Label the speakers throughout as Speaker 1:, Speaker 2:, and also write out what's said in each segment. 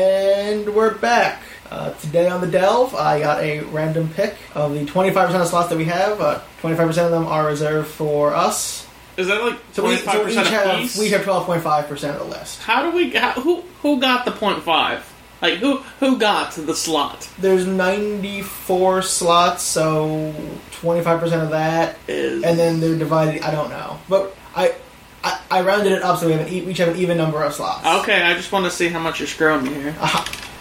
Speaker 1: And we're back. Uh, today on the Delve, I got a random pick of the 25% of slots that we have. Uh, 25% of them are reserved for us.
Speaker 2: Is that like
Speaker 1: So we,
Speaker 2: twenty five
Speaker 1: so each
Speaker 2: percent of
Speaker 1: have,
Speaker 2: piece?
Speaker 1: we have 12.5% of the list.
Speaker 2: How do we? How, who who got the point five? Like who who got the slot?
Speaker 1: There's 94 slots, so 25% of that.
Speaker 2: Is
Speaker 1: And then they're divided, I don't know. But I I, I rounded it up so we have an, e- we each have an even number of slots.
Speaker 2: okay. I just want to see how much you're screwing me here.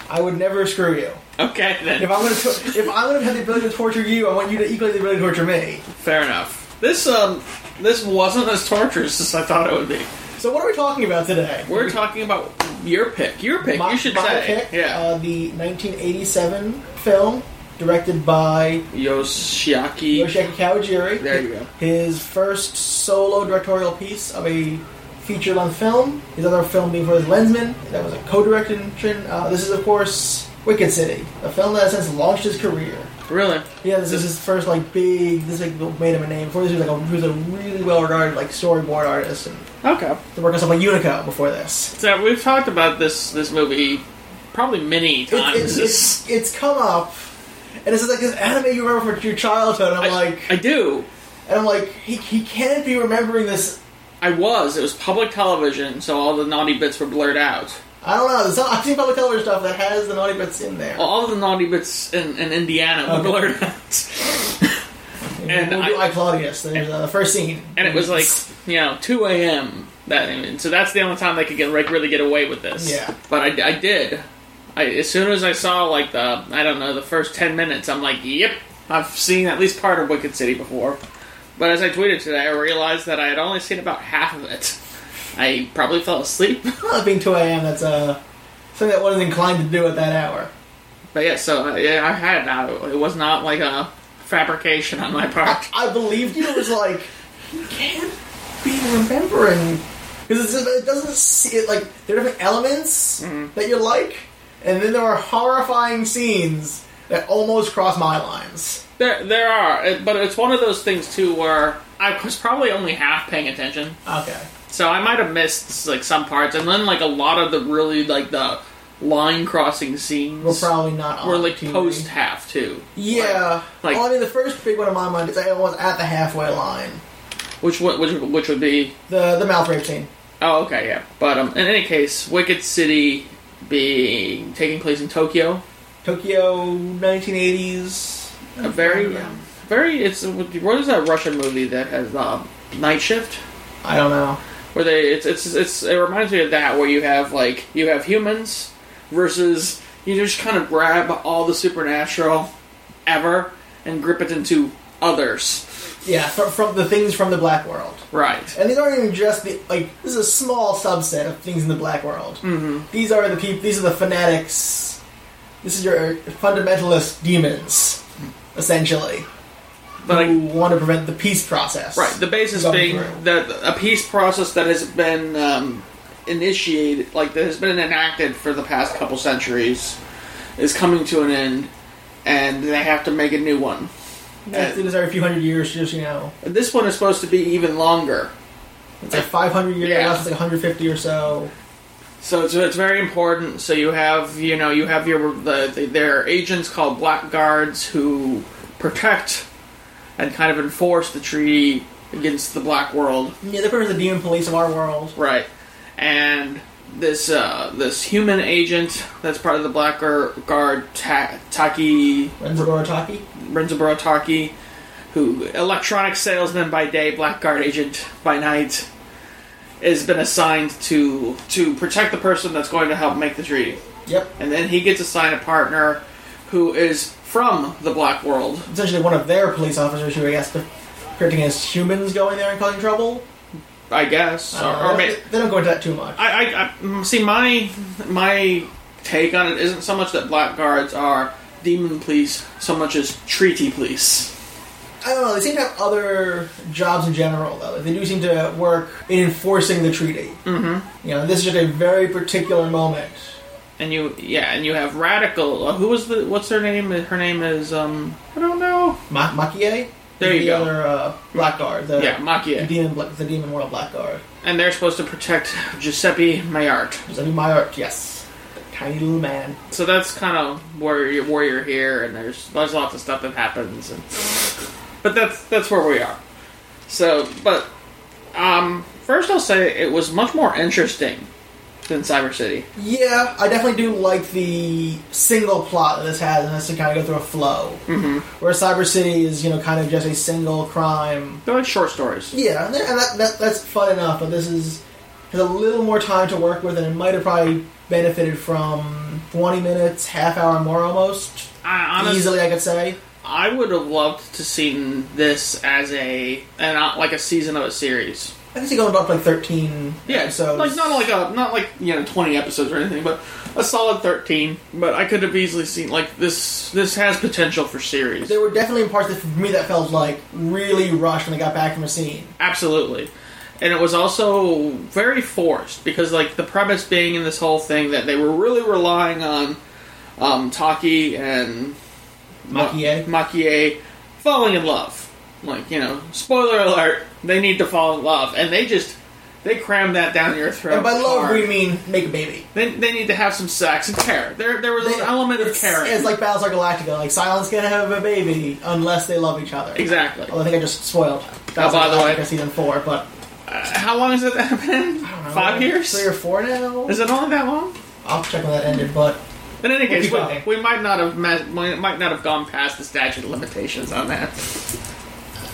Speaker 1: I would never screw you.
Speaker 2: Okay then.
Speaker 1: If I'm gonna, to- if I'm gonna have the ability to torture you, I want you to equally have the ability to torture me.
Speaker 2: Fair enough. This um this wasn't as torturous as I thought it would be.
Speaker 1: So what are we talking about today?
Speaker 2: We're talking about your pick. Your pick.
Speaker 1: my,
Speaker 2: you should
Speaker 1: my
Speaker 2: say.
Speaker 1: pick,
Speaker 2: yeah.
Speaker 1: uh, the 1987 film directed by
Speaker 2: Yoshiaki.
Speaker 1: Yoshiki Kawajiri.
Speaker 2: There you go.
Speaker 1: His first solo directorial piece of a feature-length film. His other film being for his Lensman. That was a co-direction. Uh, this is, of course, Wicked City, a film that has since launched his career.
Speaker 2: Really?
Speaker 1: Yeah, this is his first like big. This like made him a name. Before this, he was like a, he was a really well regarded like storyboard artist, and
Speaker 2: Okay.
Speaker 1: the work on stuff like Unico before this.
Speaker 2: So we've talked about this this movie probably many
Speaker 1: It,
Speaker 2: times.
Speaker 1: it's, it's it's come up, and this is like this anime you remember from your childhood. And I'm
Speaker 2: I,
Speaker 1: like,
Speaker 2: I do.
Speaker 1: and I'm like, he, he can't be remembering this.
Speaker 2: I was. It was public television, so all the naughty bits were blurred out.
Speaker 1: I don't know. There's some, I've seen public television stuff that has the naughty bits in there.
Speaker 2: All the naughty bits in, in Indiana were
Speaker 1: Okay.
Speaker 2: blurred out. and
Speaker 1: we'll do
Speaker 2: I-
Speaker 1: I Claudius. There's uh, the first scene,
Speaker 2: And it was like, you know, 2 a.m. that and So that's the only time they could get like really get away with this.
Speaker 1: Yeah.
Speaker 2: But I, I did. I, as soon as I saw like the, I don't know, the first 10 minutes, I'm like, yep, I've seen at least part of Wicked City before. But as I tweeted today, I realized that I had only seen about half of it. I probably fell asleep.
Speaker 1: Well, it being 2 a.m. That's uh something that wasn't inclined to do at that hour.
Speaker 2: But yeah, so uh, yeah, I had that. It was not like a fabrication on my part.
Speaker 1: I believed you. It was like you can't be remembering because it doesn't see it like there are different elements
Speaker 2: Mm-hmm.
Speaker 1: that you like, and then there are horrifying scenes that almost cross my lines.
Speaker 2: There, there are, uh, but it's one of those things too where I was probably only half paying attention,
Speaker 1: Okay,
Speaker 2: so I might have missed like some parts, and then like a lot of the really like the line crossing scenes
Speaker 1: we're probably not. on
Speaker 2: were like
Speaker 1: TV.
Speaker 2: post half too.
Speaker 1: Yeah,
Speaker 2: like-
Speaker 1: well, I mean, the first big one in my mind is I was at the halfway line.
Speaker 2: which would- which which would be
Speaker 1: The the mouth rape scene.
Speaker 2: oh okay yeah. But um, in any case, Wicked City being taking place in Tokyo,
Speaker 1: Tokyo, 1980s.
Speaker 2: a very
Speaker 1: Yeah.
Speaker 2: very it's what is that Russian movie that has um, Night Shift?
Speaker 1: I don't know.
Speaker 2: where they it's it's it's it reminds me of that where you have like you have humans versus you just kind of grab all the supernatural ever and grip it into others
Speaker 1: Yeah, from, from the things from the black world.
Speaker 2: right
Speaker 1: And these aren't even just the like. This is a small subset of things in the black world. Mm-hmm. These are the people. These are the fanatics. This is your fundamentalist demons, essentially,
Speaker 2: but
Speaker 1: who
Speaker 2: like,
Speaker 1: want to prevent the peace process.
Speaker 2: right the basis
Speaker 1: Going
Speaker 2: being
Speaker 1: through.
Speaker 2: that a peace process that has been um, initiated like that has been enacted for the past couple centuries is coming to an end and they have to make a new one
Speaker 1: Yes, it is every few hundred years. Just you know,
Speaker 2: and this one is supposed to be even longer
Speaker 1: it's like five hundred years.
Speaker 2: Yeah.
Speaker 1: Yeah. It's like one hundred fifty or so.
Speaker 2: So it's, it's very important. So you have you know you have your the, the, there are agents called blackguards who protect and kind of enforce the treaty against the black world,
Speaker 1: Yeah, they're pretty much the demon police of our world.
Speaker 2: right? And this uh, this human agent that's part of the blackguard ta- Taki
Speaker 1: Renzo Taki.
Speaker 2: Renzaburo Taki, who electronic salesman by day, blackguard agent by night, has been assigned to to protect the person that's going to help make the treaty
Speaker 1: Yep,
Speaker 2: and then he gets assigned a partner who is from the black world
Speaker 1: essentially one of their police officers who I guess protecting against humans going there and causing trouble.
Speaker 2: i guess or,
Speaker 1: Uh,
Speaker 2: or
Speaker 1: they,
Speaker 2: may-
Speaker 1: they don't go into that too much.
Speaker 2: I, I, I- mm, see my my take on it isn't so much that blackguards are demon police so much as treaty police
Speaker 1: I don't know. They seem to have other jobs in general, though. They do seem to work in enforcing the treaty. Mm-hmm. You know, this is just a very particular moment.
Speaker 2: and you yeah and you have radical uh, who was the what's her name her name is um i don't know
Speaker 1: Ma- Makie,
Speaker 2: There you
Speaker 1: the
Speaker 2: go.
Speaker 1: other uh, blackguard, the
Speaker 2: yeah
Speaker 1: the
Speaker 2: makia
Speaker 1: demon, bla- the demon world blackguard.
Speaker 2: and they're supposed to protect giuseppe maillard
Speaker 1: Does that mean my art? Yes. tiny little man.
Speaker 2: So that's kind of where you where you're here, and there's there's lots of stuff that happens, and but that's that's where we are. So, but um, first I'll say it was much more interesting than Cyber City.
Speaker 1: Yeah, I definitely do like the single plot that this has, and that's to kind of go through a flow. Mm-hmm. Where Cyber City is, you know, kind of just a single crime.
Speaker 2: They're like short stories.
Speaker 1: Yeah, and that, and that, that that's fun enough, but this is has a little more time to work with, and it might have probably benefited from twenty minutes, half hour more almost.
Speaker 2: I honestly,
Speaker 1: Easily, I could say.
Speaker 2: I would have loved to seen this as a and not like a season of a series.
Speaker 1: I guess it going up like thirteen
Speaker 2: Yeah,
Speaker 1: episodes.
Speaker 2: like not like a not like you know twenty episodes or anything, but a solid thirteen. But I could have easily seen like this. This has potential for series.
Speaker 1: there were definitely parts that for me that felt like really rushed when they got back from a scene.
Speaker 2: Absolutely. And it was also very forced because, like, the premise being in this whole thing that they were really relying on um, Taki and
Speaker 1: Makie.
Speaker 2: Makie falling in love. Like, you know, spoiler alert, they need to fall in love. And they just, they cram that down your throat.
Speaker 1: And by love,
Speaker 2: hard.
Speaker 1: we mean make a baby.
Speaker 2: They, they need to have some sex and care. There, there was an element of
Speaker 1: it's,
Speaker 2: care.
Speaker 1: It's like Battlestar Galactica. Like Silence can't have a baby unless they love each other.
Speaker 2: exactly.
Speaker 1: Although I think I just spoiled.
Speaker 2: Oh, by the way.
Speaker 1: Galactica season four, but
Speaker 2: How long has it been?
Speaker 1: I don't know,
Speaker 2: Five years?
Speaker 1: three or four now.
Speaker 2: Is it only that long?
Speaker 1: I'll check when that ended, but
Speaker 2: In any
Speaker 1: What
Speaker 2: case,
Speaker 1: do you think?
Speaker 2: we, we might not have met, we might not have gone past the statute of limitations on that.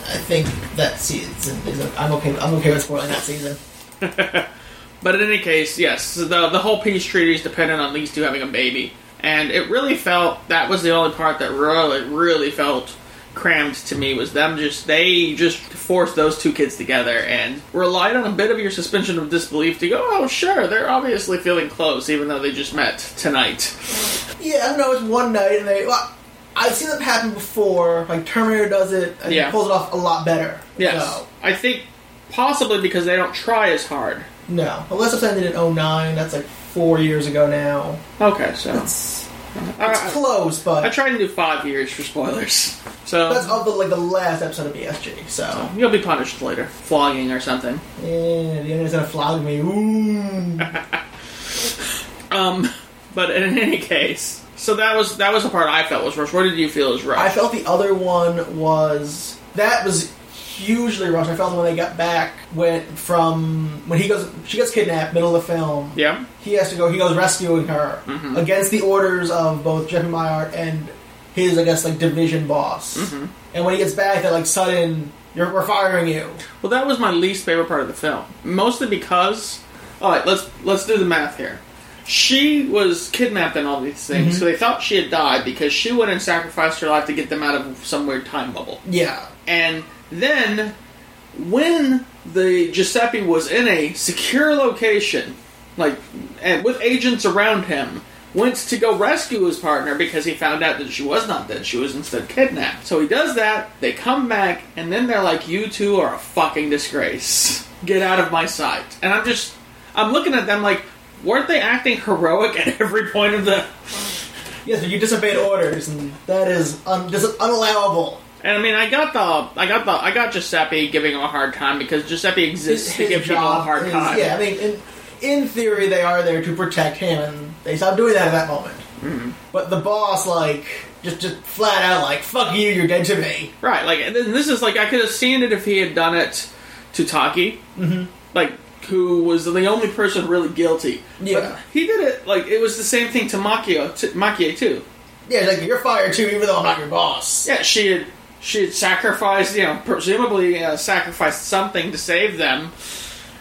Speaker 1: I think that season is. I'm okay. I'm okay with spoiling that season.
Speaker 2: But in any case, yes, the the whole peace treaty is dependent on these two having a baby, and it really felt that was the only part that really really felt crammed to me was them just they just forced those two kids together and relied on a bit of your suspension of disbelief to go oh sure they're obviously feeling close even though they just met tonight
Speaker 1: Yeah, I don't know. It's one night, and they. Well, I've seen that happen before. Like Terminator does it, and
Speaker 2: Yeah.
Speaker 1: pulls it off a lot better.
Speaker 2: yes
Speaker 1: So,
Speaker 2: i think possibly because they don't try as hard
Speaker 1: no, unless it's ended in 09. That's like four years ago now.
Speaker 2: okay so
Speaker 1: It's,
Speaker 2: I-
Speaker 1: it's
Speaker 2: I-
Speaker 1: close, but
Speaker 2: I try to do five years for spoilers. So
Speaker 1: that's of the like the last episode of BSG. So
Speaker 2: you'll be punished later. Flogging or something.
Speaker 1: yeah, the internet's gonna flog me. Ooh.
Speaker 2: Um but in any case. So that was that was the part I felt was rushed. What did you feel was
Speaker 1: I
Speaker 2: rushed?
Speaker 1: felt the other one was that was hugely rushed. I felt when they got back went from when he goes she gets kidnapped middle of the film.
Speaker 2: yeah.
Speaker 1: He has to go. He goes rescuing her against the orders of both Jeffrey Meyart and his I guess like division boss.
Speaker 2: Mm-hmm.
Speaker 1: And when he gets back, they're like sudden. You're, we're firing you.
Speaker 2: Well that was my least favorite part of the film. Mostly because alright, let's let's do the math here. She was kidnapped and all these
Speaker 1: Mm-hmm.
Speaker 2: things, so they thought she had died because she went and sacrificed her life to get them out of some weird time bubble.
Speaker 1: Yeah.
Speaker 2: And then, when the Giuseppe was in a secure location, like and with agents around him, went to go rescue his partner because he found out that she was not dead; she was instead kidnapped. So he does that. They come back, and then they're like, "You two are a fucking disgrace. Get out of my sight." And I'm just, I'm looking at them like, weren't they acting heroic at every point of the?
Speaker 1: Yes, but you disobeyed orders, and that is un- this is unallowable.
Speaker 2: And I mean, I got the, I got the, I got Giuseppe giving him a hard time because Giuseppe exists to give people a hard
Speaker 1: is-
Speaker 2: time.
Speaker 1: Yeah, I mean, in, in theory, they are there to protect him, and they stop doing that at that moment.
Speaker 2: Mm-hmm.
Speaker 1: But the boss, like, just just flat out, like, "Fuck you, you're dead to me."
Speaker 2: Right, like, and then this is like I could have seen it if he had done it to Taki, mm-hmm. like who was the only person really guilty.
Speaker 1: Yeah.
Speaker 2: But he did it like it was the same thing to Makia, to, Makie too.
Speaker 1: Yeah, like you're fired too, even though I'm not your boss.
Speaker 2: Yeah, she had she had sacrificed, you know, presumably uh, sacrificed something to save them,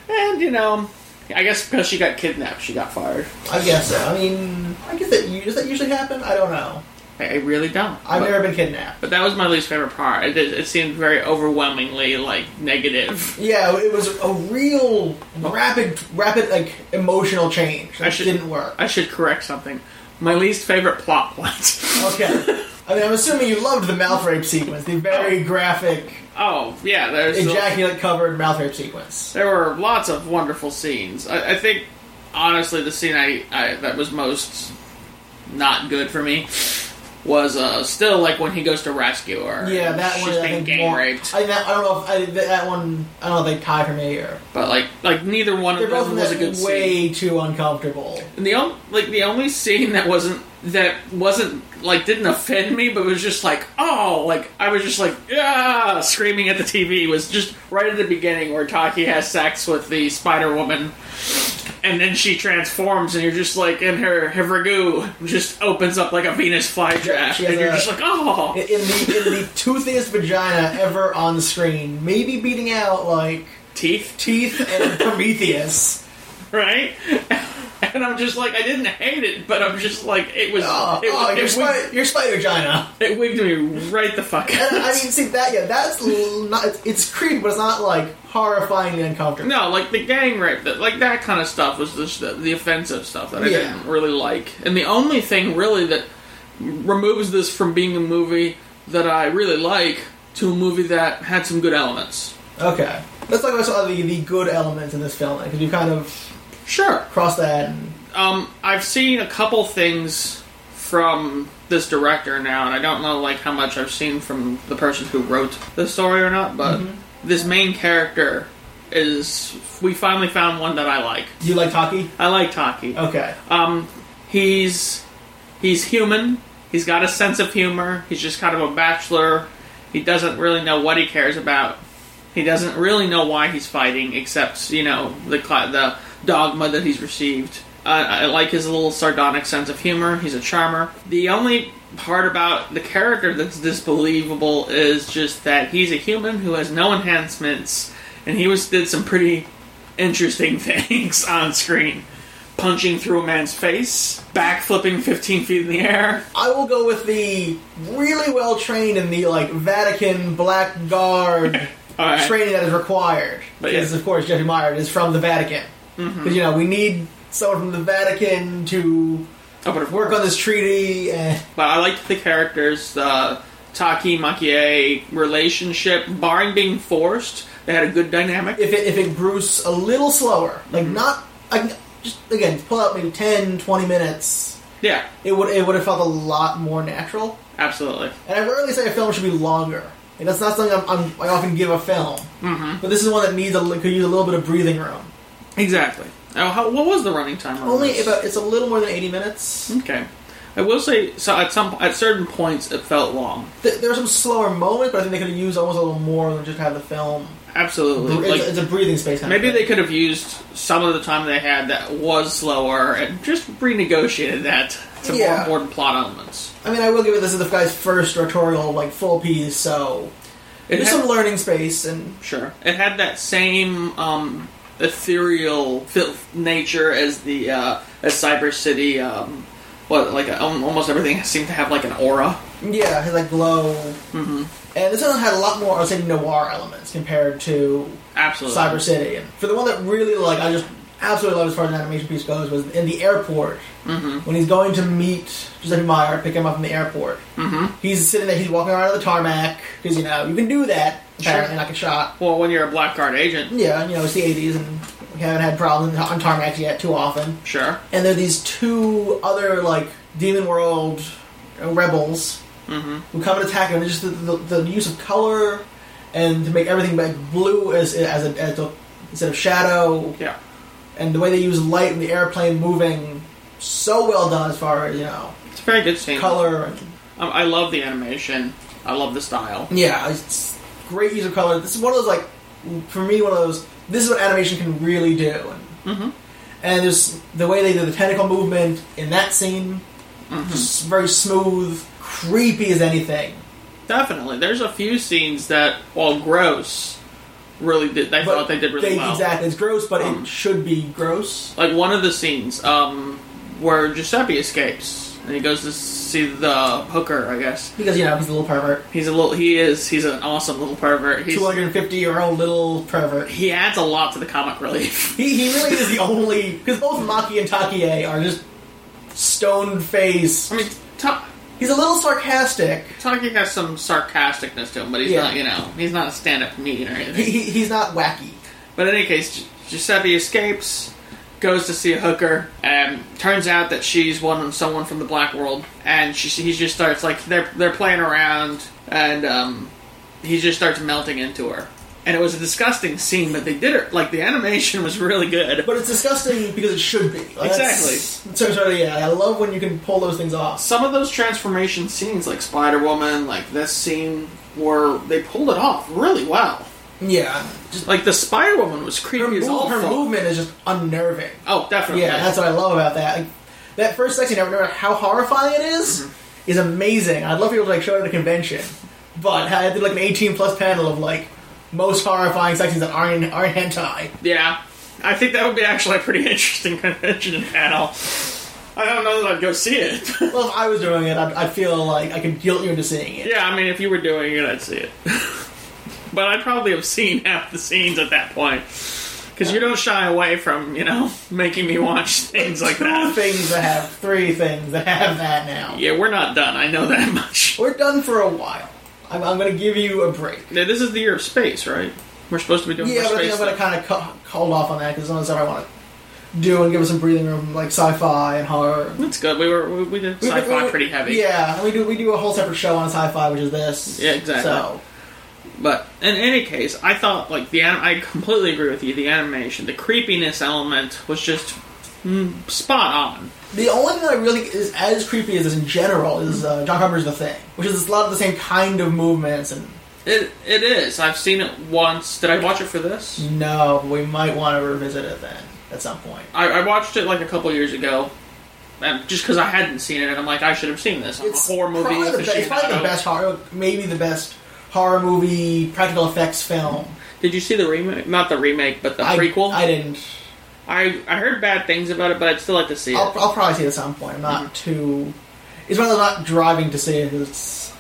Speaker 2: and you know, I guess because she got kidnapped, she got fired.
Speaker 1: I guess so. I mean, I guess that you, does that usually happen? I don't know.
Speaker 2: I, I really don't.
Speaker 1: I've
Speaker 2: But-
Speaker 1: never been kidnapped.
Speaker 2: But that was my least favorite part. It, it seemed very overwhelmingly like negative.
Speaker 1: Yeah, it was a real rapid, rapid like emotional change that
Speaker 2: I should-
Speaker 1: didn't work.
Speaker 2: I should correct something. My least favorite plot point.
Speaker 1: Okay. I mean, I'm assuming you loved the mouth rape sequence, the very graphic,
Speaker 2: oh yeah, there's
Speaker 1: ejaculate covered mouth rape sequence.
Speaker 2: there were lots of wonderful scenes. I, I think honestly the scene I, I that was most not good for me was uh, still like when he goes to rescue her.
Speaker 1: Yeah, that
Speaker 2: she's
Speaker 1: one I
Speaker 2: being
Speaker 1: think
Speaker 2: gang
Speaker 1: more-
Speaker 2: raped,
Speaker 1: I, that, I don't know if I, that- that one. I don't know if they tie for me or
Speaker 2: but like like neither one
Speaker 1: they're
Speaker 2: of
Speaker 1: both
Speaker 2: them
Speaker 1: in
Speaker 2: was a
Speaker 1: that
Speaker 2: good scene.
Speaker 1: way too uncomfortable.
Speaker 2: And the only like the only scene that wasn't that wasn't like didn't offend me, but was just like oh, like I was just like yeah, screaming at the TV was just right at the beginning where Taki has sex with the Spider Woman, and then she transforms, and you're just like and her her ragu just opens up like a Venus flytrap,
Speaker 1: She has
Speaker 2: and you're
Speaker 1: a-
Speaker 2: just like oh,
Speaker 1: In the in the toothiest vagina ever on the screen, maybe beating out like
Speaker 2: teeth
Speaker 1: Teeth and Prometheus.
Speaker 2: right? And I'm just like, I didn't hate it, but I'm just like, it was,
Speaker 1: Oh,
Speaker 2: it,
Speaker 1: oh, your,
Speaker 2: it, it, wigged,
Speaker 1: spider, your spider vagina.
Speaker 2: it wigged me right the fuck
Speaker 1: And,
Speaker 2: out.
Speaker 1: I mean, see that? Yeah, that's l- not. It's, it's creepy, but it's not like horrifyingly uncomfortable.
Speaker 2: no, like the gang rape, that like that kind of stuff was just the, the offensive stuff that I
Speaker 1: Yeah.
Speaker 2: didn't really like. And the only thing really that removes this from being a movie that I really like to a movie that had some good elements.
Speaker 1: Okay, let's talk about some of the, the good elements in this film because you kind of
Speaker 2: Sure,
Speaker 1: cross that. And,
Speaker 2: um, I've seen a couple things from this director now, and I don't know like how much I've seen from the person who wrote the story or not, but this main character is we finally found one that I like.
Speaker 1: do you like hockey?
Speaker 2: I like Taki.
Speaker 1: Okay,
Speaker 2: Um, he's he's human. He's got a sense of humor. He's just kind of a bachelor. He doesn't really know what he cares about. He doesn't really know why he's fighting, except you know the cla- the dogma that he's received. Uh, I I like his little sardonic sense of humor. He's a charmer. The only part about the character that's disbelievable is just that he's a human who has no enhancements, and he was did some pretty interesting things on screen punching through a man's face, backflipping 15 feet in the air.
Speaker 1: I will go with the really well trained in the like Vatican blackguard
Speaker 2: All right.
Speaker 1: training that is required.
Speaker 2: But yeah.
Speaker 1: Because of course Jeffrey Meyer is from the Vatican. Because you know we need someone from the Vatican to
Speaker 2: Oh, but it
Speaker 1: work
Speaker 2: worked.
Speaker 1: on this treaty. And,
Speaker 2: But I liked the characters, the Taki Makie relationship, barring being forced. They had a good dynamic.
Speaker 1: if it if it brews a little slower, like not I can, just again pull out maybe 10, 20 minutes,
Speaker 2: Yeah,
Speaker 1: it would it would have felt a lot more natural.
Speaker 2: absolutely.
Speaker 1: And I rarely say a film should be longer. And that's not something I'm, I'm, I often give a film.
Speaker 2: Mm-hmm.
Speaker 1: But this is one that needs a, li- could use a little bit of breathing room.
Speaker 2: Exactly. Now, how, what was the running time? on
Speaker 1: Only
Speaker 2: this?
Speaker 1: about it's a little more than eighty minutes.
Speaker 2: Okay. I will say, so at some at certain points, it felt long.
Speaker 1: Th- There are some slower moments, but I think they could have used almost a little more than just have the film.
Speaker 2: Absolutely.
Speaker 1: It's,
Speaker 2: like,
Speaker 1: it's a breathing space. kind of
Speaker 2: Maybe
Speaker 1: thing.
Speaker 2: they could have used some of the time they had that was slower and just renegotiated that to more
Speaker 1: Yeah.
Speaker 2: important plot elements.
Speaker 1: I mean, I will give it this is the guy's first directorial like full piece, so
Speaker 2: It
Speaker 1: there's
Speaker 2: had-
Speaker 1: some learning space and
Speaker 2: sure. It had that same um, ethereal filth nature as the uh, as Cyber City. Um, what like um, almost everything seemed to have like an aura.
Speaker 1: yeah, has that glow. Mm-hmm. And this one had a lot more, I would say, noir elements compared to
Speaker 2: Absolutely.
Speaker 1: Cyber City. And for the one that really like, I just absolutely love as far as an animation piece goes was in the airport
Speaker 2: Mm-hmm.
Speaker 1: when he's going to meet Giuseppe Meyer, pick him up from the airport. Mm-hmm. He's sitting there, he's walking around on the tarmac because you know you can do that apparently,
Speaker 2: Sure.
Speaker 1: like a shot.
Speaker 2: Well, when you're a blackguard agent,
Speaker 1: Yeah, and, you know it's the '80s and we haven't had problems on tarmacs yet too often.
Speaker 2: sure.
Speaker 1: And there are these two other like Demon World uh, rebels
Speaker 2: Mm-hmm.
Speaker 1: who come and attack him. And just the, the, the use of color and to make everything like blue as as a, as a instead of shadow
Speaker 2: Yeah.
Speaker 1: and the way they use light and the airplane moving so well done as far as you know
Speaker 2: It's a very good scene.
Speaker 1: color and
Speaker 2: Um, I love the animation. I love the style.
Speaker 1: yeah it's great use of color this is one of those like for me one of those this is what animation can really do and,
Speaker 2: Mhm.
Speaker 1: and there's the way they do the tentacle movement in that scene
Speaker 2: Mm-hmm.
Speaker 1: just very smooth creepy as anything
Speaker 2: Definitely. There's a few scenes that, while gross, really did. I thought they did really well.
Speaker 1: exactly it's gross but
Speaker 2: Um,
Speaker 1: it should be gross
Speaker 2: Like one of the scenes um, where Giuseppe escapes and he goes to see the hooker. I guess
Speaker 1: because you know he's a little pervert
Speaker 2: he's a little. He is. He's an awesome little pervert. He's,
Speaker 1: 250 year old little pervert
Speaker 2: he adds a lot to the comic relief.
Speaker 1: He, he really is the only because both Maki and Takie are just stone faced.
Speaker 2: I mean, Ta-
Speaker 1: He's a little sarcastic.
Speaker 2: Taki has some sarcasticness to him, but he's
Speaker 1: Yeah.
Speaker 2: not. You know, he's not a stand-up comedian or
Speaker 1: He,
Speaker 2: anything.
Speaker 1: he, he's not wacky.
Speaker 2: But in any case, Gi- Giuseppe escapes, goes to see a hooker, and turns out that she's one someone from the black world, and she he just starts like they're they're playing around, and um, he just starts melting into her, and it was a disgusting scene, but they did it like the animation was really good.
Speaker 1: But it's disgusting because it should be. Like, that's-
Speaker 2: Exactly.
Speaker 1: So, so, yeah, I love when you can pull those things off.
Speaker 2: some of those transformation scenes, like Spider Woman, like this scene, were they pulled it off really well.
Speaker 1: Yeah. Just
Speaker 2: Like the Spider Woman was creepy
Speaker 1: her,
Speaker 2: as
Speaker 1: move-
Speaker 2: all
Speaker 1: her
Speaker 2: fuck.
Speaker 1: movement is just unnerving.
Speaker 2: Oh, definitely.
Speaker 1: Yeah, that's what I love about that. Like, that first sex scene, no matter how horrifying it is,
Speaker 2: Mm-hmm.
Speaker 1: is amazing. I'd love to be able to like show it at a convention, but I did like an eighteen plus panel of like most horrifying sex scenes that aren't aren't hentai.
Speaker 2: yeah. I think that would be actually a pretty interesting convention panel. I don't know that I'd go see it.
Speaker 1: Well, if I was doing it, I'd, I'd feel like I could guilt you into seeing it.
Speaker 2: yeah, I mean, if you were doing it, I'd see it. but I'd probably have seen half the scenes at that point. Because you don't shy away from, you know, making me watch things like
Speaker 1: Two
Speaker 2: that.
Speaker 1: things that have three things that have that now.
Speaker 2: Yeah, we're not done. I know that much.
Speaker 1: We're done for a while. I'm, I'm going to give you a break.
Speaker 2: Now, this is the year of space, right? We're supposed to be doing
Speaker 1: Yeah,
Speaker 2: more
Speaker 1: but I
Speaker 2: space.
Speaker 1: think I'm going to kind of ca- hold off on that because there's stuff I want to do and give us some breathing room, like sci-fi and horror.
Speaker 2: That's good. We were we, we did
Speaker 1: We-
Speaker 2: sci-fi
Speaker 1: we-
Speaker 2: pretty heavy.
Speaker 1: Yeah, and we do we do a whole separate show on sci-fi, which is this.
Speaker 2: Yeah, exactly.
Speaker 1: So
Speaker 2: But in any case, I thought like the anim- I completely agree with you. The animation, the creepiness element was just mm, spot on.
Speaker 1: the only thing that I really is as creepy as this in general is uh, John Carpenter's The Thing, which is a lot of the same kind of movements. And
Speaker 2: It it is. I've seen it once. Did I watch it for this?
Speaker 1: no, we might want to revisit it then at some point.
Speaker 2: I, I watched it like a couple years ago, and just because I hadn't seen it, and I'm like, I should have seen this. I'm
Speaker 1: It's
Speaker 2: a horror movie.
Speaker 1: Probably the best, it's probably the
Speaker 2: aficionado.
Speaker 1: best horror, maybe the best horror movie practical effects film.
Speaker 2: Did you see the remake? Not the remake, but the
Speaker 1: I,
Speaker 2: prequel.
Speaker 1: I didn't.
Speaker 2: I I heard bad things about it, but I'd still like to see it.
Speaker 1: I'll, I'll probably see it at some point. I'm
Speaker 2: Mm-hmm.
Speaker 1: not too. It's one of those not driving to see it. 'cause It's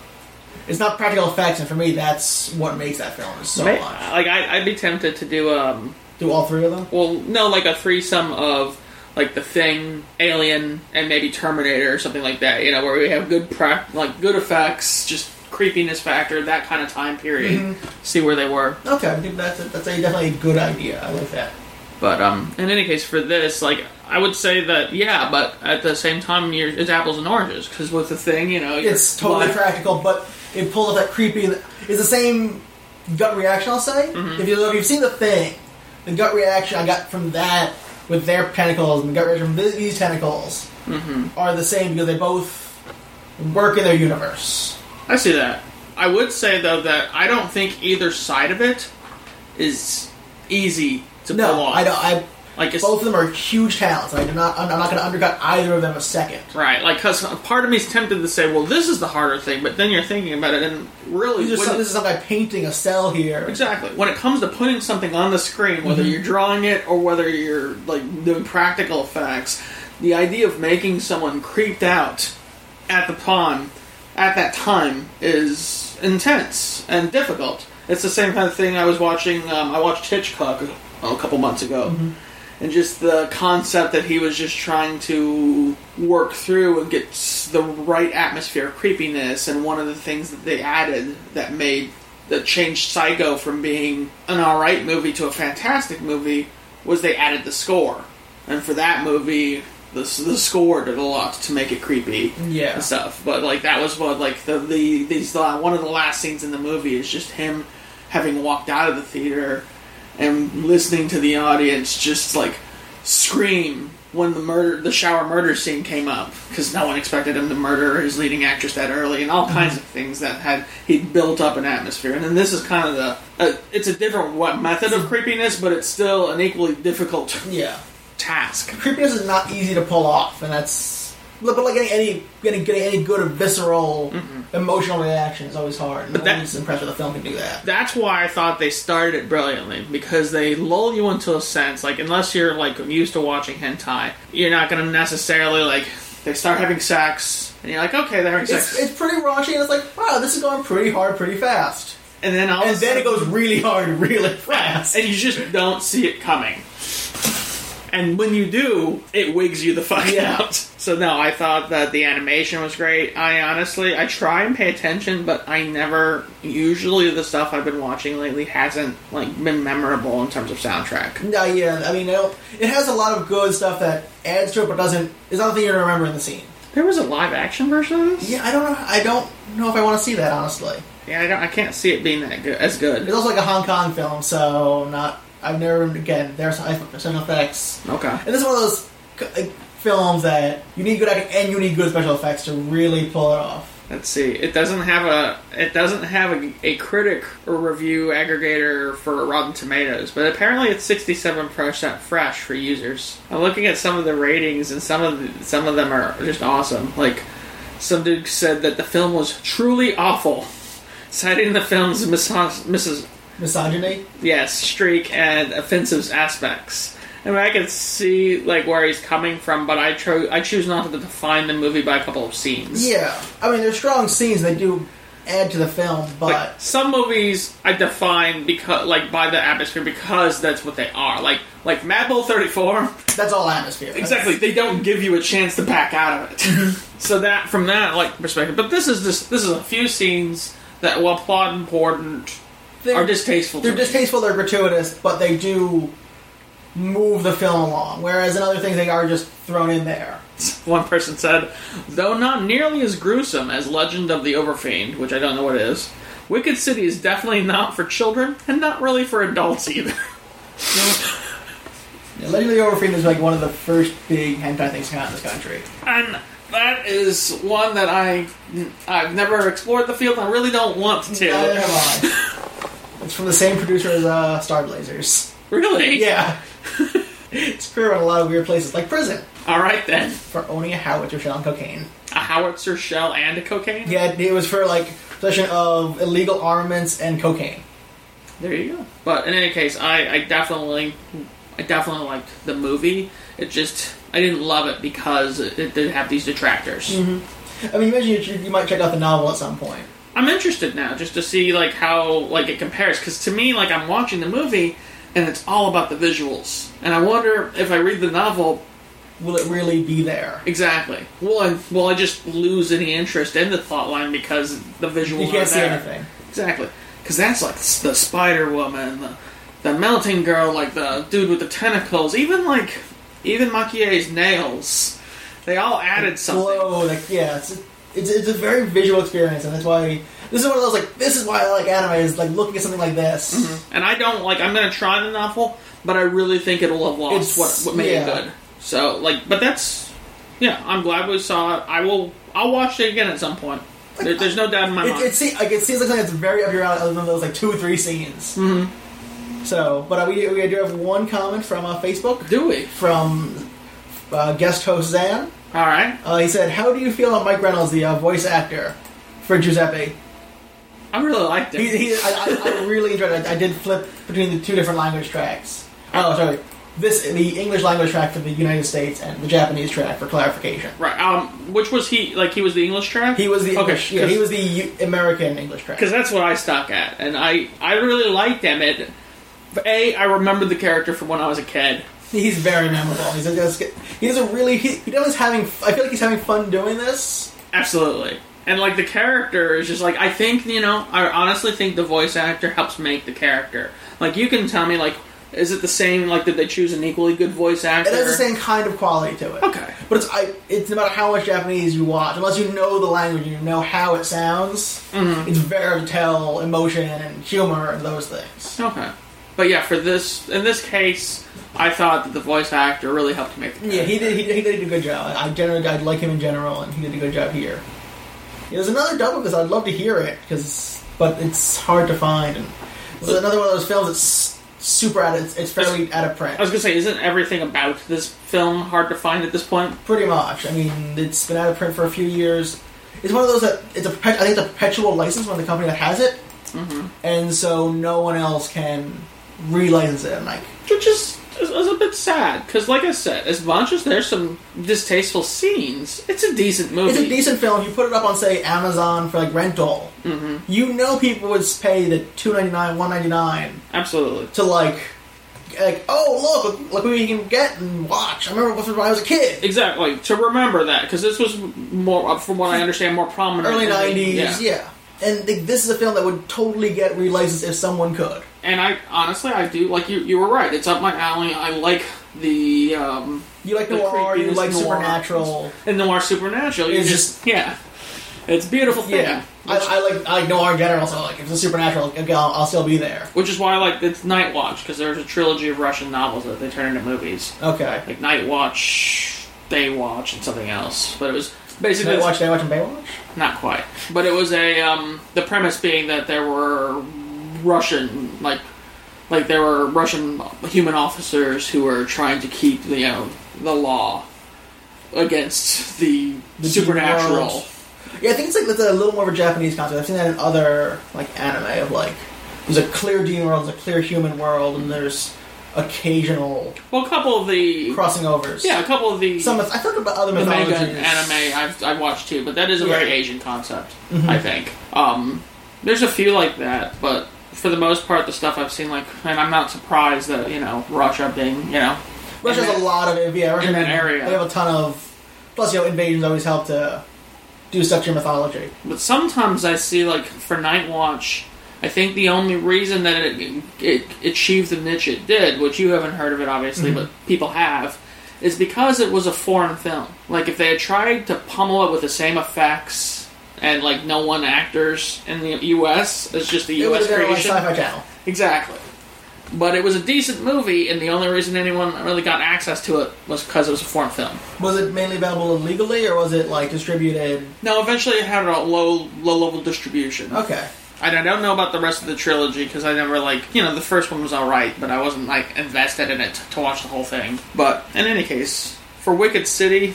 Speaker 1: it's not practical effects, and for me, that's what makes that film is so
Speaker 2: May-
Speaker 1: much.
Speaker 2: Like I, I'd be tempted to do um,
Speaker 1: Do all three of them?
Speaker 2: well, no, like a threesome of like the Thing, Alien, and maybe Terminator or something like that. You know, where we have good prac like good effects, just creepiness factor, that kind of time period.
Speaker 1: Mm-hmm.
Speaker 2: See where they were.
Speaker 1: Okay, I think that's a, that's a, definitely a good idea. I like that.
Speaker 2: But um, in any case, for this, like I would say that yeah, but at the same time, you're, it's apples and oranges because with the Thing, you know, you're
Speaker 1: It's totally
Speaker 2: live-
Speaker 1: practical, but it pulls off that creepy. It's the same gut reaction. I'll say
Speaker 2: Mm-hmm.
Speaker 1: if, you, if you've seen the thing, the gut reaction I got from that with their tentacles and the gut reaction from th- these tentacles
Speaker 2: Mm-hmm.
Speaker 1: are the same because they both work in their universe.
Speaker 2: I see that. I would say though that I don't think either side of it is easy to pull
Speaker 1: No,
Speaker 2: off.
Speaker 1: I don't. I
Speaker 2: Like it's,
Speaker 1: both of them are huge talents. and I do not. I'm I'm not going to undercut either of them a second.
Speaker 2: Right, like, because part of me is tempted to say, well, this is the harder thing, but then you're thinking about it, and really,
Speaker 1: These are
Speaker 2: when
Speaker 1: some,
Speaker 2: it-
Speaker 1: this is some guy painting a cell here.
Speaker 2: exactly. When it comes to putting something on the screen, whether you're drawing it or whether you're, like, doing practical effects, the idea of making someone creeped out at the pond at that time is intense and difficult. It's the same kind of thing I was watching, um, I watched Hitchcock a, a couple months ago. and just the concept that he was just trying to work through and get s- the right atmosphere of creepiness and one of the things that they added that made that changed psycho from being an alright movie to a fantastic movie was they added the score and for that movie the, s- the score did a lot to make it creepy
Speaker 1: Yeah.
Speaker 2: and stuff but like that was what like the, the these uh, one of the last scenes in the movie is just him having walked out of the theater and listening to the audience just like scream when the murder the shower murder scene came up because no one expected him to murder his leading actress that early and all kinds of things that had he built up an atmosphere and then this is kind of the uh, it's a different what method of creepiness but it's still an equally difficult
Speaker 1: Yeah.
Speaker 2: task
Speaker 1: creepiness is not easy to pull off, and that's but like getting any getting, getting any good or visceral emotional reaction is always hard. And
Speaker 2: But
Speaker 1: I'm
Speaker 2: that-
Speaker 1: always impressed with a film can do that.
Speaker 2: that's why I thought they started it brilliantly because they lull you into a sense like unless you're like used to watching hentai, you're not gonna necessarily like they start having sex and you're like okay they're having
Speaker 1: It's,
Speaker 2: sex
Speaker 1: it's pretty raunchy, and it's like wow, this is going pretty hard, pretty fast,
Speaker 2: and then all of
Speaker 1: and
Speaker 2: a
Speaker 1: then it
Speaker 2: sudden-
Speaker 1: goes really hard, really fast.
Speaker 2: and you just don't see it coming. And when you do, it wigs you the fuck
Speaker 1: Yeah.
Speaker 2: out. So no, I thought that the animation was great. I honestly, I try and pay attention, but I never. Usually, the stuff I've been watching lately hasn't like been memorable in terms of soundtrack.
Speaker 1: No, yeah, I mean, I don't, it has a lot of good stuff that adds to it, but doesn't. It's not the thing you're gonna remember in the scene.
Speaker 2: There was a live action version of this.
Speaker 1: Yeah, I don't know. I don't know if I want to see that honestly.
Speaker 2: Yeah, I, don't, I can't see it being that good, as good.
Speaker 1: It's also like a Hong Kong film, so not. I've never again. There's special effects,
Speaker 2: Okay.
Speaker 1: and this is one of those like, films that you need good acting and you need good special effects to really pull it off.
Speaker 2: Let's see. It doesn't have a it doesn't have a, a critic or review aggregator for Rotten Tomatoes, but apparently it's sixty seven percent fresh for users. I'm looking at some of the ratings, and some of the, some of them are just awesome. Like some dude said that the film was truly awful, citing the film's misos- Mrs.
Speaker 1: Misogyny.
Speaker 2: Yes, streak and offensive aspects. I mean, I can see like where he's coming from, but I cho- I choose not to define the movie by a couple of scenes.
Speaker 1: Yeah, I mean, there's strong scenes that do add to the film, but
Speaker 2: Like, some movies I define because like by the atmosphere because that's what they are. Like like Mad Bull 34,
Speaker 1: that's all atmosphere.
Speaker 2: exactly. They don't give you a chance to back out of it. so that from that like perspective, but this is just this is a few scenes that while plot important
Speaker 1: They're-
Speaker 2: are distasteful. to
Speaker 1: They're
Speaker 2: me.
Speaker 1: distasteful, they're gratuitous, but they do move the film along. Whereas in other things, they are just thrown in there.
Speaker 2: One person said, though not nearly as gruesome as Legend of the Overfiend, which I don't know what it is. Wicked City is definitely not for children and not really for adults either.
Speaker 1: Yeah, Legend of the Overfiend is like one of the first big hentai things to come out in this country.
Speaker 2: And that is one that I I've never explored the field. I really don't want
Speaker 1: Neither
Speaker 2: to.
Speaker 1: have I. It's from the same producer as uh, Star Blazers.
Speaker 2: Really?
Speaker 1: Yeah. it's queer in a lot of weird places, like prison,
Speaker 2: All right then.
Speaker 1: for owning a howitzer shell and cocaine.
Speaker 2: A howitzer shell and a cocaine.
Speaker 1: Yeah, it was for like possession of illegal armaments and cocaine.
Speaker 2: There you go. But in any case, I, I definitely I definitely liked the movie. It just I didn't love it because it, it did have these detractors.
Speaker 1: Mm-hmm. I mean, you mentioned you, you might check out the novel at some point.
Speaker 2: I'm interested now just to see like how like it compares because to me like I'm watching the movie and it's all about the visuals and I wonder if I read the novel
Speaker 1: Will it really be there?
Speaker 2: Exactly. Well, I, well, I just lose any interest in the plot line because the visual.
Speaker 1: You can't see
Speaker 2: there.
Speaker 1: anything.
Speaker 2: Exactly, because that's like s- the Spider Woman, the, the melting girl, like the dude with the tentacles, even like even Makie's nails. They all added something.
Speaker 1: Glow, like yeah, it's, it's it's a very visual experience, and that's why this is one of those like this is why I like anime is like looking at something like this.
Speaker 2: And I don't like. I'm gonna try the novel, but I really think it'll have lost
Speaker 1: It's-
Speaker 2: what what made
Speaker 1: yeah.
Speaker 2: it good. So like, but that's yeah. I'm glad we saw it. I will. I'll watch it again at some point. There, there's no doubt in my mind.
Speaker 1: It, it, see, like, it seems like something that's very up your alley, other than those like two or three scenes. Mm-hmm. So, but uh, we we do have one comment from uh, Facebook
Speaker 2: Do we?
Speaker 1: from uh, guest host Zan.
Speaker 2: All right.
Speaker 1: Uh, he said, "How do you feel about Mike Reynolds, the uh, voice actor for Giuseppe?"
Speaker 2: I really liked it.
Speaker 1: He, he, I, I, I really enjoyed it. I, I did flip between the two different language tracks. Oh, sorry. This the English language track for the United States and the Japanese track for clarification.
Speaker 2: right. Um, which was he? Like he was the English track.
Speaker 1: He was the
Speaker 2: okay.
Speaker 1: English, yeah, he was the U- American English track.
Speaker 2: because that's what I stuck at, and I I really liked him. It a I remembered the character from when I was a kid.
Speaker 1: He's very memorable. He's a, he does a really he, he does having. I feel like he's having fun doing this.
Speaker 2: Absolutely. And like the character is just like I think you know I honestly think the voice actor helps make the character. Like you can tell me like is it the same like did they choose an equally good voice actor?
Speaker 1: It has the same kind of quality to it.
Speaker 2: Okay.
Speaker 1: but it's I, it's no matter how much Japanese you watch, unless you know the language and you know how it sounds, it's very to tell emotion and humor and those things.
Speaker 2: Okay. But yeah, for this in this case, I thought that the voice actor really helped make. The
Speaker 1: Yeah, he did. He did, he did a good job. I generally I like him in general, and he did a good job here. Yeah, there's another dub of this. I'd love to hear it because, but it's hard to find. And this is another one of those films that's super out. Of, it's, it's fairly out of print,
Speaker 2: I was gonna say, isn't everything about this film hard to find at this point?
Speaker 1: pretty much. I mean, it's been out of print for a few years. It's one of those that it's a. perpet- I think it's a perpetual license from the company that has it, Mm-hmm. and so no one else can relicense it. I'm like,
Speaker 2: Which is, is, is a bit sad because, like I said, as much as there's some distasteful scenes, it's a decent movie.
Speaker 1: It's a decent film. You put it up on say Amazon for like rental.
Speaker 2: Mm-hmm.
Speaker 1: You know people would pay the two ninety nine, one ninety nine
Speaker 2: Absolutely.
Speaker 1: to like like, oh look, look who you can get and watch. I remember when I was a kid,
Speaker 2: Exactly to remember that because this was more, uh, from what I understand, more prominent.
Speaker 1: early
Speaker 2: in the-
Speaker 1: '90s, yeah. And th- this is a film that would totally get relicensed if someone could.
Speaker 2: And I honestly, I do like you. You were right. It's up my alley. I like the um,
Speaker 1: You like
Speaker 2: The
Speaker 1: noir, you
Speaker 2: creepiness
Speaker 1: like
Speaker 2: noir.
Speaker 1: supernatural.
Speaker 2: and noir supernatural. You
Speaker 1: It's
Speaker 2: just yeah, it's a beautiful thing.
Speaker 1: Yeah, I, I like I like noir in general. So like, if it's a supernatural, okay, I'll, I'll still be there.
Speaker 2: Which is why I like it's Night Watch because there's a trilogy of Russian novels that they turn into movies,
Speaker 1: Okay.
Speaker 2: like Night Watch, Day Watch, and something else. But it was basically
Speaker 1: Did I watch? Did I watch Baywatch?
Speaker 2: not quite, but it was a um, the premise being that there were Russian like like there were Russian human officers who were trying to keep you know the law against the,
Speaker 1: The
Speaker 2: supernatural.
Speaker 1: demons. Yeah, I think it's like that's a little more of a Japanese concept. I've seen that in other like anime of like there's a clear demon world, there's a clear human world, and there's occasional
Speaker 2: Well, a couple of the
Speaker 1: crossing overs.
Speaker 2: yeah, a couple of the
Speaker 1: some I thought about other
Speaker 2: the manga
Speaker 1: mythologies.
Speaker 2: anime I've, I've watched too, but that is a
Speaker 1: Yeah.
Speaker 2: very Asian concept,
Speaker 1: Mm-hmm.
Speaker 2: I think. Um, there's a few like that, but for the most part, the stuff I've seen, like, and I'm not surprised that you know Russia being you know
Speaker 1: Russia has a lot of it. Yeah, Russia
Speaker 2: in that area.
Speaker 1: They have a ton of. Plus, you know, invasions always help to do stuff to your mythology.
Speaker 2: But sometimes I see, like, for Night Watch, I think the only reason that it, it, achieved the niche it did, which you haven't heard of it, obviously, but people have, is because it was a foreign film. Like, if they had tried to pummel it with the same effects and, like, no one actors in the U.S., it's just a
Speaker 1: It would
Speaker 2: U.S.
Speaker 1: have been on
Speaker 2: creation.
Speaker 1: Sci-Fi Channel.
Speaker 2: Exactly. But it was a decent movie, and the only reason anyone really got access to it was because it was a foreign film.
Speaker 1: Was it mainly available illegally, or was it like distributed?
Speaker 2: Now, eventually, it had a low low level distribution.
Speaker 1: Okay,
Speaker 2: And I don't know about the rest of the trilogy because I never like you know the first one was all right, but I wasn't like invested in it t- to watch the whole thing. But in any case, for Wicked City,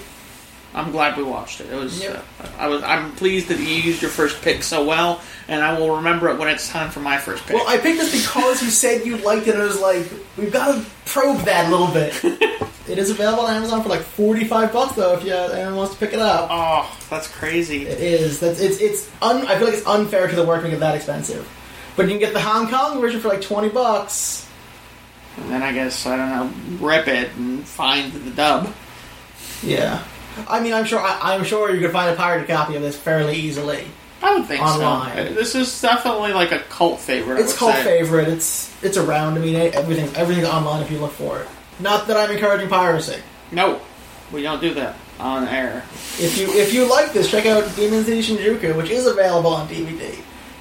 Speaker 2: I'm glad we watched it. It was
Speaker 1: Yep.
Speaker 2: uh, I was I'm pleased that you used your first pick so well, and I will remember it when it's time for my first pick.
Speaker 1: Well, I picked this because you said you liked it, and I was like, we've got to probe that a little bit. it is available on Amazon for like forty-five bucks, though, if you, uh, anyone wants to pick it up.
Speaker 2: oh, that's crazy.
Speaker 1: It is. That's it's it's. Un, I feel like it's unfair to the work to make it that expensive. But you can get the Hong Kong version for like twenty bucks.
Speaker 2: And then I guess I don't know, rip it and find the dub.
Speaker 1: Yeah. I mean, I'm sure. I, I'm sure you could find a pirated copy of this fairly easily.
Speaker 2: I would think so. Uh,
Speaker 1: Online.
Speaker 2: This is definitely like a cult favorite. I
Speaker 1: It's
Speaker 2: would
Speaker 1: called
Speaker 2: say.
Speaker 1: favorite. It's it's around. I mean, everything everything's online if you look for it. Not that I'm encouraging piracy.
Speaker 2: No, we don't do that on air.
Speaker 1: If you if you like this, check out Demon City Shinjuku, which is available on DVD.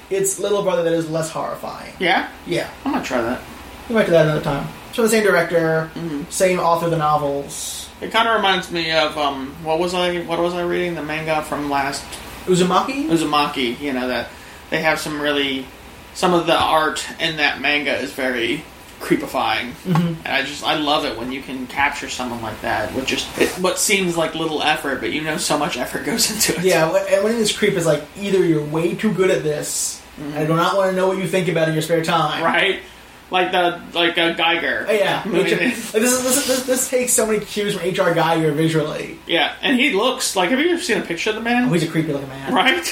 Speaker 1: It's Little Brother that is less horrifying.
Speaker 2: Yeah.
Speaker 1: Yeah,
Speaker 2: I'm gonna try that.
Speaker 1: we might do that another time. So the same director, same author of the novels,
Speaker 2: It kind of reminds me of um, what was I what was I reading the manga from last
Speaker 1: Uzumaki.
Speaker 2: Uzumaki. You know that they have some really some of the art in that manga is very creepifying,
Speaker 1: Mm-hmm.
Speaker 2: and I just I love it when you can capture someone like that with just it, what seems like little effort, but you know so much effort goes into it.
Speaker 1: Yeah, wh- and when this creep is like either you're way too good at this, and I do not want to know what you think about in your spare time.
Speaker 2: Mm-hmm. right. Like the like a Geiger.
Speaker 1: Oh, yeah,
Speaker 2: I mean,
Speaker 1: H- like, this, is, this, this this takes so many cues from H.R. Geiger visually.
Speaker 2: yeah, and he looks like. Have you ever seen a picture of the
Speaker 1: Oh,
Speaker 2: man?
Speaker 1: he's a creepy looking man.
Speaker 2: Right.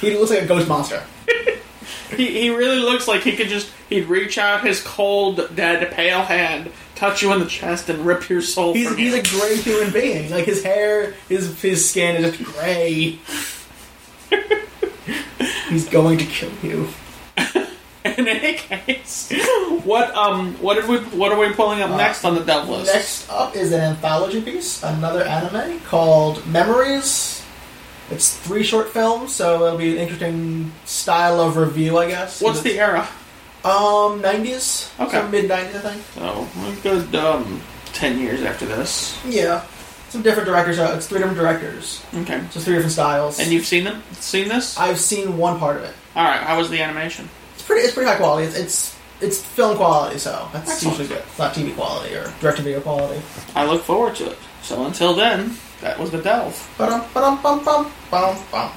Speaker 1: He looks like a ghost monster.
Speaker 2: He, he really looks like he could just he'd reach out his cold, dead, pale hand, touch you in the chest, and rip your soul.
Speaker 1: He's
Speaker 2: from
Speaker 1: he's
Speaker 2: you.
Speaker 1: a gray human being. Like his hair, his his skin is just gray. he's going to kill you.
Speaker 2: in any case. What um what did we what are we pulling up next on the dev list?
Speaker 1: Uh, Next up is an anthology piece, another anime called Memories. It's three short films, so it'll be an interesting style of review, I guess.
Speaker 2: What's the era?
Speaker 1: um nineties?
Speaker 2: Okay.
Speaker 1: mid nineties, I think.
Speaker 2: Oh, a good um ten years after this.
Speaker 1: Yeah, some different directors. uh, It's three different directors,
Speaker 2: Okay.
Speaker 1: so three different styles.
Speaker 2: And you've seen them? Seen this?
Speaker 1: I've seen one part of it.
Speaker 2: All right. How was the animation?
Speaker 1: It's pretty. It's pretty high quality. It's it's, it's film quality, so that's
Speaker 2: Excellent.
Speaker 1: usually good. It's not TV quality or direct to video quality.
Speaker 2: I look forward to it. So until then, that was the delve.
Speaker 1: Ba-dum, ba-dum, bum, bum, ba-dum, bum.